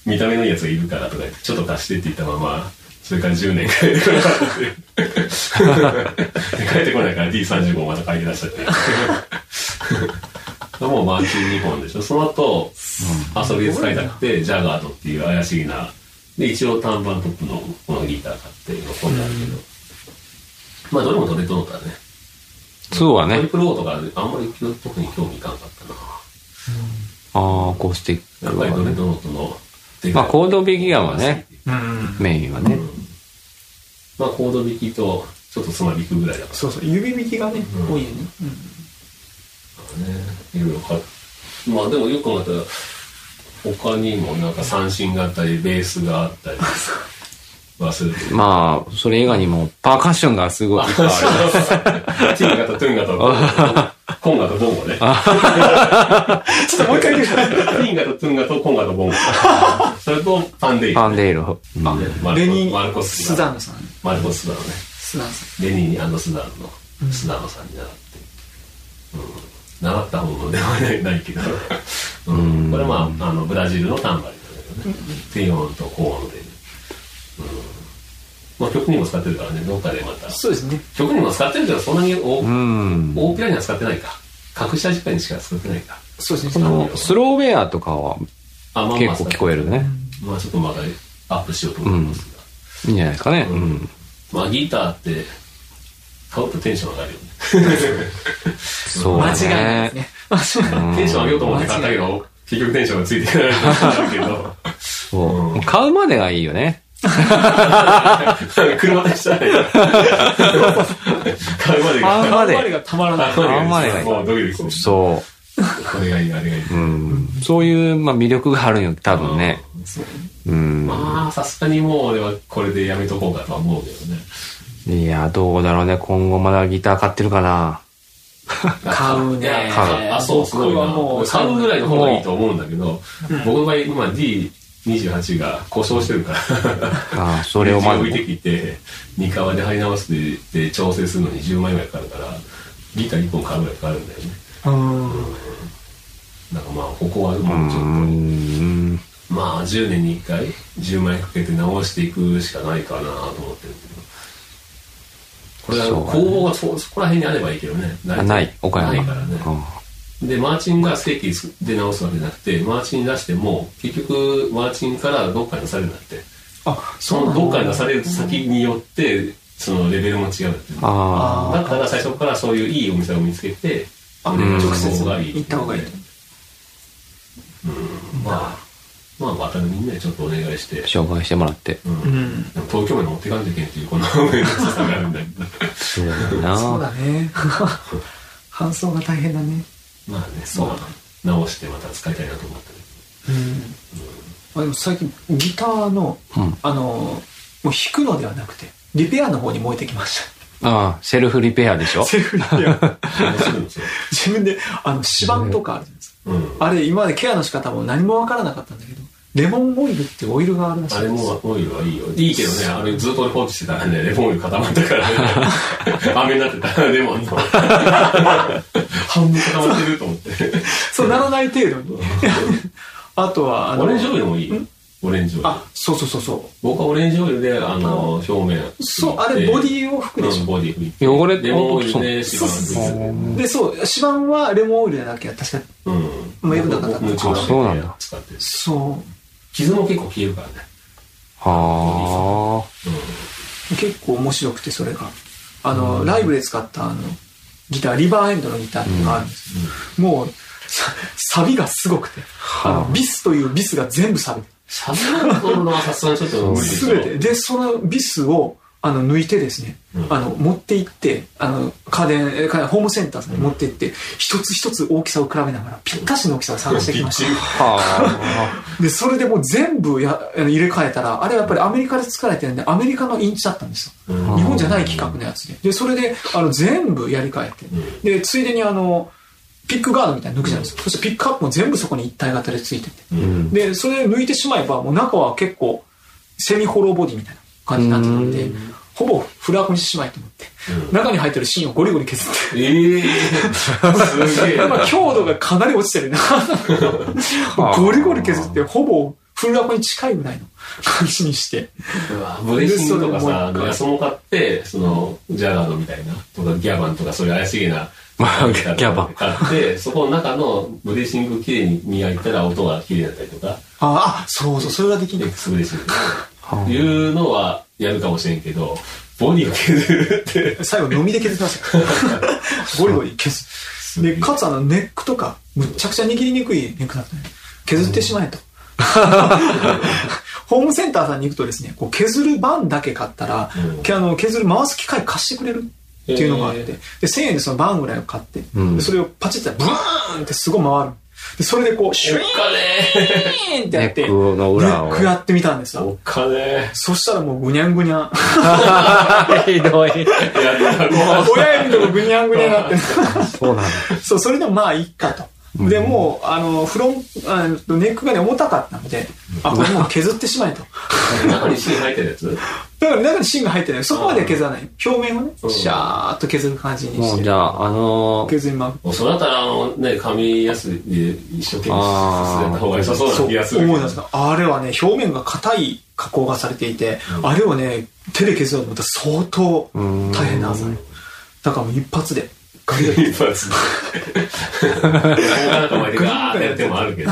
S1: 見た目のいいやつがいるからとか言って、ちょっと貸してって言ったまま、それから10年帰ってこなかったっていう 帰ってこないから D35 をまた買い出したって いう。もうマーチン2本でしょ。その後、遊びで使いたくて、ジャガードっていう怪しいな。で、一応短パントップのこのギター買って、喜んだんだけど。まあ、どれもどれと思ったね。
S2: そうは
S1: トリ
S2: ね。
S1: プルオーとかあんまり特に興味いかなかったな。
S2: あーアコースティ
S1: や
S2: ッ
S1: っ
S2: ク
S1: ぱり
S2: は
S1: ドレ
S2: ね。
S1: ドノートのデカ
S2: ま
S1: い
S2: あ、コードビギアはね、
S3: うん。
S2: メインはね。
S1: まあ、コード弾きと、ちょっとつまびくぐらいだか
S3: そうそう、指引きがね、多いよね。
S1: らね。いろいろ買っまあ、でもよく考えたら、他にもなんか三振があったり、ベースがあった りはするけど。
S2: まあ、それ以外にも、パーカッションがすごいいっぱいある。
S1: ティンガとトゥンガと、コンガとボンゴね。
S3: ちょっともう一回言う
S1: ティンガとトゥンガとコンガとボンゴ。それと、パンデイ
S2: パンデール。まあ、
S1: マ
S3: レ
S1: ル
S3: ニ
S1: コマルコ
S3: ー・
S1: ス
S3: スダンさん。
S1: マルコスだね。
S3: スダンさん。
S1: レニースダンのスダノさんに習って、うん、習った方のではないないけど、うん、これは、まあ、あのブラジルのタンバリンなんだけどね、低音と高音で、うんまあ、曲にも使ってるからねどっかでまた
S3: そうですね。
S1: 曲にも使ってるけどそんなに大,、
S2: うん。
S1: 大ピラには使ってないか隠し味かにしか使ってないか
S3: そうです
S2: こ
S3: ね。
S2: の、スローウェアとかは
S1: あ、まあまあ
S2: 結構聞こえるね。
S1: まあちょっとまだアップしようと思いますが、
S2: いいんじゃないですかね。うん。
S1: まあギターって買うとテンション上がるよね
S2: そう
S3: 間
S2: だ
S3: 違いない
S2: ね。
S3: ですね。
S1: テンション上げようと思って買ったけど、結局テンションがついていかないんだけど、
S2: そう。買うまでがいいよね。
S1: 車でしたね。買うまで
S2: あ
S1: が。
S2: ーまで
S3: あんまりがたまらない。
S2: あんまりが
S1: もうドキドキする。
S2: そ
S1: あれがいい、あれがいい。
S2: う。うん。そういう、まあ、魅力があるよ、多分ね。
S1: そう
S2: うん。
S1: まあ、さすがにもう俺はこれでやめとこうかとは思うけどね。
S2: いや、どうだろうね。今後まだギター買ってるかな。
S3: 買うね
S1: 買うあ、そう、すごい
S3: 僕は
S1: な。
S3: もう
S1: 俺買うぐらいの方がいいと思うんだけど、僕の場合今 D28 が故障してるから。
S2: ああ、それをま
S1: ま置
S2: ず
S1: い、てきて、ニカワで貼り直してで調整するのに10万円ぐらいかかるから、ギター1本買うぐらいかかるんだよね。
S3: うん。
S1: なんかまあ、ここは
S2: う
S1: もうちょっと、
S2: ん。
S1: まあ10年に1回、10万円かけて直していくしかないかなと思ってるけど。これは
S2: そうだね
S1: 工房がそそこら辺にあればいいけどね。
S2: あない、岡山。
S1: ないからね。で、マーチンが正規で直すわけじゃなくて、マーチン出しても、結局、マーチンからどっかに出されるんだって。
S3: あ、
S1: そのどっかに出される先によって、そのレベルも違うんだって。
S2: ああ、
S3: あ
S1: だから最初からそういういいお店を見つけて、
S3: あ
S1: 俺が
S2: うん
S1: 直接がいい。
S3: 行った方がいいと
S1: うん、まあ、まあ、またみんなでちょっとお願いして、
S2: 紹介してもらって。
S1: うん
S3: う。ん。
S1: でも東京まで持っていかんといけんっていう、この上のさがあるんだけど。
S2: そうだ
S3: そう
S2: な。
S3: だ ね。搬送が大変だね。
S1: まあね、そう、直してまた使いたいなと思って る。
S3: あでも最近ギターの、
S2: うん
S3: あのもう弾くのではなくてリペアの方に燃えてきまし
S2: ああ、セルフリペアでしょ
S3: たセルフリペア
S1: 直してるんですよ。
S3: 自分であの芝とかあるじゃないです
S1: うん。
S3: かあれ今までケアの仕方も何もわからなかったんだけどレモンオイルってオイルがあるらしい
S1: あ
S3: ん
S1: れ
S3: ですよ
S1: もオイルはいいよ。いいけどね、あれずっと俺放置してたらね、レモンオイル固まったからね。雨になってたら レモン の。半分固まってると思って。
S3: そうならない程度にあとはあの
S1: オレンジオイルもいいよ。オレンジオイル。
S3: あそうそうそうそ
S1: 僕はオレンジオイルで、あの、表面。
S3: うそうあれボディを拭くでしょ、
S1: うんボディ拭いて。
S2: 汚れ
S1: レモンオイルで
S3: そ
S1: 芝
S3: うそう
S1: の
S3: でそう芝はレモンオイルじゃなきゃ確か
S1: うん。
S3: まあよくなかった
S1: 僕も
S2: あそうなんだ
S1: 使ってる
S3: そ
S1: 傷も結構消えるからね。
S2: は
S3: う結構面白くてそれがあの、ライブで使ったあのギターリバーエンドのギターっていうのがあるんですよ、もうさサビがすごくて、あのビスというビスが全部サビ
S1: サブロンドのはさすがにちょっと無理でしょ
S3: 全てでそのビスをあの抜いてですね、
S1: うん
S3: あの持って行ってあの家電え家電ホームセンターさんに持って行って、一つ一つ大きさを比べながらぴったしの大きさを探してきました
S2: あ。は
S3: で、それでもう全部やあの入れ替えたら、あれはやっぱりアメリカで作られてるんで、アメリカのインチだったんですよ。
S1: うん
S3: 日本じゃない企画のやつで。で、それで、あの、全部やり替えて。で、ついでにあの、ピックガードみたいに抜くじゃないですか。そしてピックアップも全部そこに一体型でついてて。
S1: うん
S3: で、それ抜いてしまえば、もう中は結構、セミホローボディみたいな感じになってたんで、ほぼフラグにしてしまえと思って。中に入ってる芯をゴリゴリ削って。
S1: ええすげえ。
S3: まあ強度がかなり落ちてる な。ゴリゴリ削って、ほぼフルラコに近いぐらいの感じにして。
S1: うわブレスンとか
S3: ブレス
S1: さ、あの安
S3: トでもう一回
S1: 物買って、その、ジャガードみたいな、とかギャバンとかそういう怪しげな、
S2: まあギャバン
S1: 買って、そこの中のブレーシングきれいに磨いたら音が綺麗だったりとか、
S3: ああ、そうそう、それができ
S1: エ
S3: ない
S1: ック。スブレーシングとか、いうのはやるかもしれんけど、ボディを削るって、
S3: 最後、飲みで削ってましたから。ゴリゴリ削
S1: げえ
S3: る。で、かつあの、ネックとか、むっちゃくちゃ握りにくいネックだったね。削ってしまえと。ホームセンターさんに行くとですね、こう削るバンだけ買ったら、
S1: うん
S3: けあの削る回す機械貸してくれるっていうのがあって、
S1: へー
S3: で1000円でそのバンぐらいを買って、
S2: ん
S3: でそれをパチッてやったらブーンってすごい回る。でそれでこう、シュイ ーンってやって、
S2: ネックの裏を
S3: ネックやってみたんですよ。
S1: お金、
S3: そしたらもうぐにゃんぐにゃん。
S2: あ。ひどい。
S1: やったらもう
S3: 親指とかぐにゃんぐにゃんになってる。
S2: そうなんだ。
S3: そう、それでもまあいいかと。で、もう、あの、フロン、あのネックがね、重たかったので、あ、これもう削ってしまえと。
S1: 中に芯入ってるやつ
S3: だから中に芯が入ってない。そこまでは削らない。表面をね、
S1: うん
S3: シャーっと削る感じに
S2: も
S3: し
S2: うじ
S3: て。
S2: ゃあ、あのー、
S3: 削りまく
S1: もうそれだったら、あのね、紙やすで一生懸命進めた方が良さそうな気がす
S3: そう
S1: るけど。
S3: 思い出した。あれはね、表面が硬い加工がされていて、あれをね、手で削ろうと思ったら相当大変なはずだよだからもう一発で、ガリガリ。
S1: 一発なんか前でガーってやってもあるけど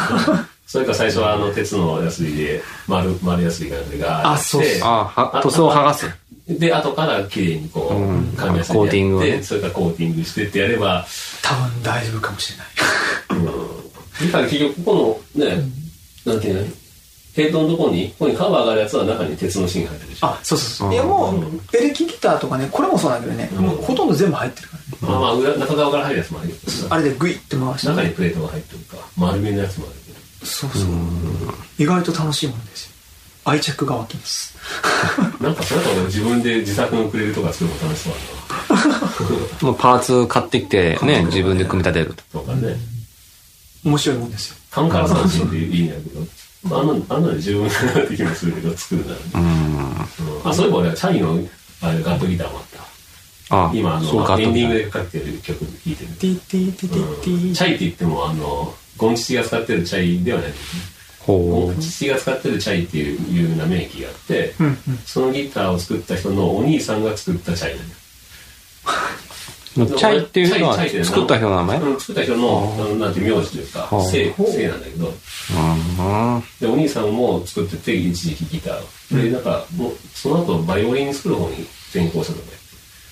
S1: それか最初はあの鉄のやすりで丸丸やすりかなんかでガー
S3: あそう
S1: って
S2: ああ、は塗装を剥がす。
S1: で後から綺麗にこう紙やすり
S2: コーティングを
S1: でやっ
S2: ね
S1: てそれからコーティングしてってやれば
S3: 多分大丈夫かもしれない。
S1: だから結局ここのねなんていうのヘッドのとこに、ここにカバーがあるやつは中に鉄の芯が入ってるじゃん。
S3: あ、そうそうそう。
S2: うん
S3: いや、もう、エレキギターとかね、これもそうなんだけどね、
S1: うん
S3: もうほとんど全部入ってるからね。
S1: まあまあ裏、中側から入るやつもあるよ。
S3: あれでグイって回して、
S1: 中にプレートが入ってるか、丸めのやつもあるけど。
S3: そうそう。意外と楽しいもんですよ。愛着が湧きます。
S1: なんかそれとも自分で自作のくれるとかするの楽しそうだ
S2: もうパーツ買ってきてね、自分で組み立てると。
S1: な。とかね。
S3: 面白いもんですよ。
S1: 単から三振っていいんだけど、まあ、あんなあんなの十分だなって気もするけど、作るならね。
S2: うん。
S1: うんあ、そういえば俺、チャイの、あれ、ガットギターもあった。
S2: あ、
S1: 今、あ
S2: そうか
S1: の、エンディングでかけてる曲聴いてる。
S3: ティーティーティーティーティ
S1: うん
S3: ー
S1: チャイって言っても、あの、ゴンチチが使ってるチャイではない。ゴ
S2: ほ
S1: ンチチが使ってるチャイっていう有名な名機があって、
S3: うんうん。
S1: そのギターを作った人のお兄さんが作ったチャイなのよ
S2: う。チャイっていうのは
S1: チャイチャイって
S2: 作った人の名前うん。
S1: うん、作った人の、あのなんて名字というか
S2: あ、ー
S1: 姓、姓なんだけど、で、お兄さんも作ってて、一時期ギターを。で、なんか、もう、その後、バイオリン作る方に転向したとか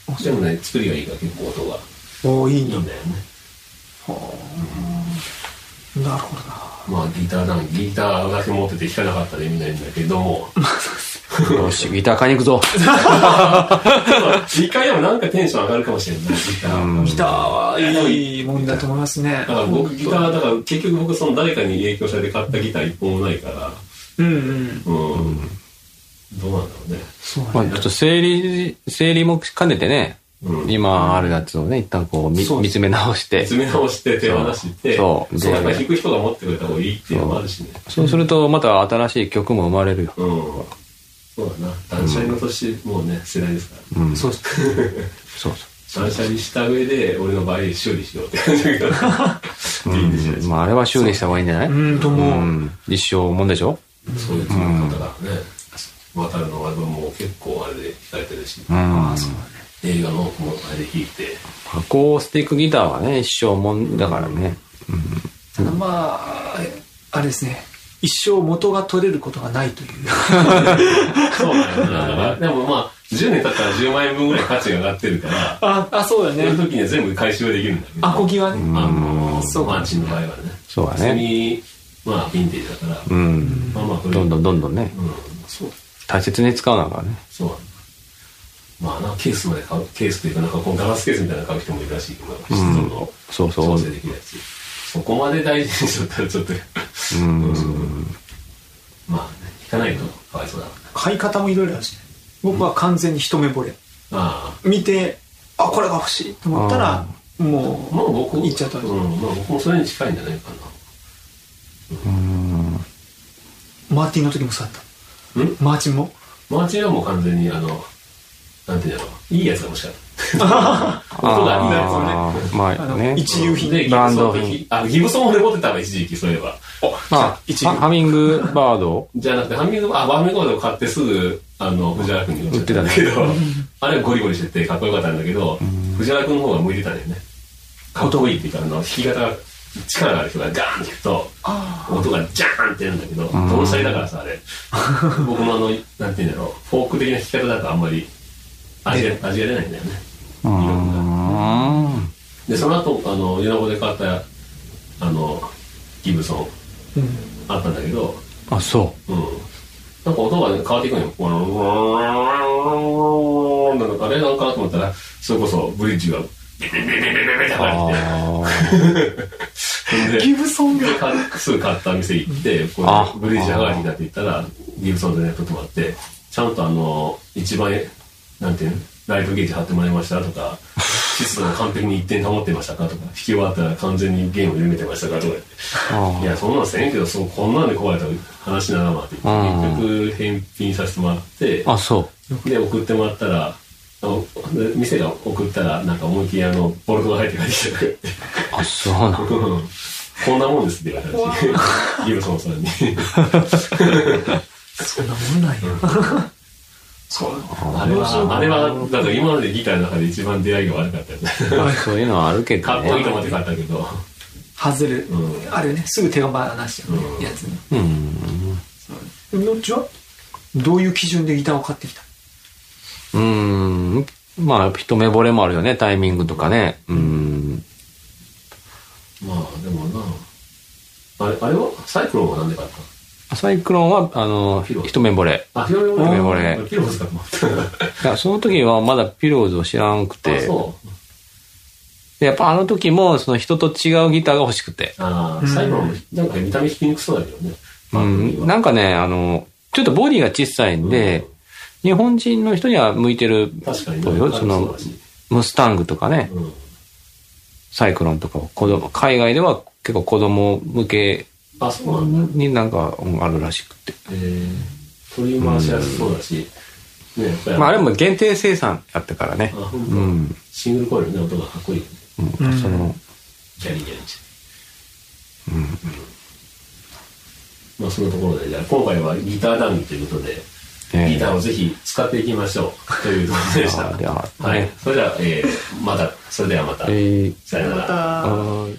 S1: 言って。でもね、作りがいいから、結構音が
S3: おーいい
S1: いい
S3: ね
S1: ん。だよね。
S3: なるほど
S1: ま
S3: な。
S1: あ、ギターなんギターだけ持ってて弾かなかったら意味ないんだけども、
S2: よし、ギター買いに行くぞ。
S1: 一回でもなんかテンション上がるかもしれない、ギター。
S3: ギターはいいもんだと思いますね。
S1: だから僕、ギター、だから結局僕、その誰かに影響されて買ったギター一本もないから、
S3: うんうん。
S1: うん。どうなんだろうね。
S3: そう
S2: まあ、
S3: なん
S2: ち
S3: だ
S2: ょっと整理、整理も兼ねてね、
S1: うん
S2: 今あるやつをね、一旦こう見
S3: そう
S2: 見つめ直して、
S1: 爪直して手放して、
S2: そう
S1: そう
S2: で
S1: なんか弾く人が持ってくれた方がいいっていうのもあるしね。
S2: そうするとまた新しい曲も生まれるよ。
S1: うん。そうだな。断捨離の年、もうね、世代ですから。
S2: うん。
S3: そうですね。
S2: そうそ
S1: 断捨離した上で、俺の場合、修理しようって感じが。
S2: う。う
S1: いいんですよ
S2: ん。まあ、あれは修理した方がいいんじゃない
S3: うん、と
S2: う
S3: もう。
S2: ん。一生もんでしょ
S1: そういう考え方だからね。渡るのはもう結構あれで弾かれてるし、
S2: うん。
S1: 映画の方もあれで弾いて、
S2: アコースティックギターはね、一生もんだからね。
S3: ただまあ、あれですね。一生元が取れることがないという。
S1: そうなんだよなだから。 でもまあ、10年経ったら10万円分ぐらい価値が上がってるから、
S3: あ、あ、そうだ
S1: そういう
S3: ね。
S1: 時には全部回収はできるんだけど。
S3: アコギはね。
S1: あの
S3: そう
S1: マンチの場合はね。
S2: そうだね
S1: セミ、まあ、ヴィンテージだから、
S2: うん。
S1: まあまあ、これ、
S2: どんど
S1: うん
S2: んどんどんね、
S1: そう、
S2: 大切に使うのからね。
S1: そうなんだ。まあな、ケースまで買う、ケースというか、なんかこうガラスケースみたいなの買う人もいるらしいけど、湿度の
S2: そうそ
S1: 調
S2: う。
S1: 整できるやつ。そこまで大事にしちゃったらちょっと、
S2: うん。
S1: まあね、引かないとかわいそうだからね。
S3: 買い方もいろいろあるしね。僕は完全に一目惚れ。
S1: あ
S3: 見て、あ、これが欲しいと思ったら、も
S1: あ、まあ僕、
S3: 言っちゃった
S1: うん、まあ僕もそれに近いんじゃないか
S3: う、マーティンの時もそうだ
S1: な。ん
S3: った。マーチンも。
S1: マーチンはもう完全に、あの、なんていうんだろう、いいやつが欲しかった。音がいいやつね。
S2: あーまあ
S3: あの、
S2: ね。
S3: 一流品。
S1: で、ギ
S2: ブラ
S1: ブ
S2: ン
S1: ソ
S2: ド
S1: ンと
S2: 品
S1: ひあ、ギブソンをレコってたわ、一時期、そういえば。
S2: ま
S3: 一
S2: あ、
S3: 流
S2: ハハミングバード
S1: じゃなくて、ハミング、あ、バーミングバードを買ってすぐ、あの、藤原君に売っちゃったんだけど、 あれはゴリゴリしててかっこよかったんだけど、藤原君の方が向いてたんだよね。かっこいいっていうか、あの、弾き方が、力がある人がガーンって弾くと、
S3: あ
S1: 音がジャーンってやるんだけど、盆栽だからさ、あ れ。僕もあの、なんていうんだろう、フォーク的な弾き方だとあんまり、味が、味が出ないんだよね。
S2: うーん。
S1: で、その後、あの、米子で買った、あの、ギブソン、
S3: あ。
S1: あ
S3: うん。
S1: ったんだけど、
S2: あ、そ
S1: うん。なんか音が、ね、変わっていくのよ。この、うーんなんかあれなんかなと思ったら、それこそブリッジが、ビビビビビビビって
S2: う。
S1: 入って
S2: あ
S1: で
S3: ギブソンが。
S1: で買っすぐ買った店行って、こ
S2: あ
S1: うブリッジ上がりになって行ったら、ギブソンでネット泊まって、ちゃんとあの、一番、なんていうのライトゲージ貼ってもらいましたとか、湿度が完璧に一点保ってましたかとか、引き終わったら完全にゲーム緩めてましたかとか言って。い
S2: ー
S1: や、そんなんせんけど、そうこんなんで壊れたら話にならんわって言って、結局返品させてもらって、
S2: あ、そう。
S1: で、送ってもらったら、あので店が送ったら、なんか思いっきりあの、ボルトが入って帰ってきたからって
S2: あ、そうなの。
S1: うんこんなもんですって言われたし、 ギブソンさんに。
S3: そんなもんなんや。
S1: そうあれは、あれは、だから今までギターの中で一番出会いが悪か ったよね。
S2: そういうのはあるけど
S1: かっこいいと
S2: ね。
S1: 思って買ったけど、
S3: 外れる
S1: う。
S3: あるよね。すぐ手が離しちゃうやつね。
S2: うん。
S3: のっちはどういう基準でギターを買ってきた
S2: うん。まあ、一目惚れもあるよね。タイミングとかね。うん。
S1: まあ、でもな、あれ、あれはサイクロンはなんで買った
S2: サイクロンは、あの、
S1: ピロー
S2: 一目惚れ。
S1: あ、ピローズ
S2: ピローズ
S1: あピローズかと思っ
S2: いや、その時はまだピローズを知らんく
S1: た。あ、
S2: て、
S1: そう。
S2: でやっぱあの時も、その人と違うギターが欲しくて。
S1: ああ、最後の、なんか見た目弾きにくそうだけどね。
S2: うん、なんかね、あの、ちょっとボディが小さいんで、日本人の人には向いてる
S1: 確かに
S2: ぽいよ。その、ムスタングとかね、
S1: うん
S2: サイクロンとかは子供、海外では結構子供向け
S1: あ、そうなんだ。
S2: になんかうんあるらしくて。
S1: えー、取り回しやすそうだし、ね、やっぱり
S2: まああれも限定生産やったからね
S1: あ、。ほ
S2: うんん
S1: と。シングルコイルの音がかっこいいよね。
S2: うん、その、
S1: ギャリギャリして。うん。まあ、そのところで、じゃあ、今回はギター談義ということで、
S2: ね
S1: ギターをぜひ使っていきましょう。というところでし
S2: あーでは
S1: た。はい
S2: ね。
S1: それでは、えーまた、それではまた
S2: え。ー
S1: さよなら。
S2: あー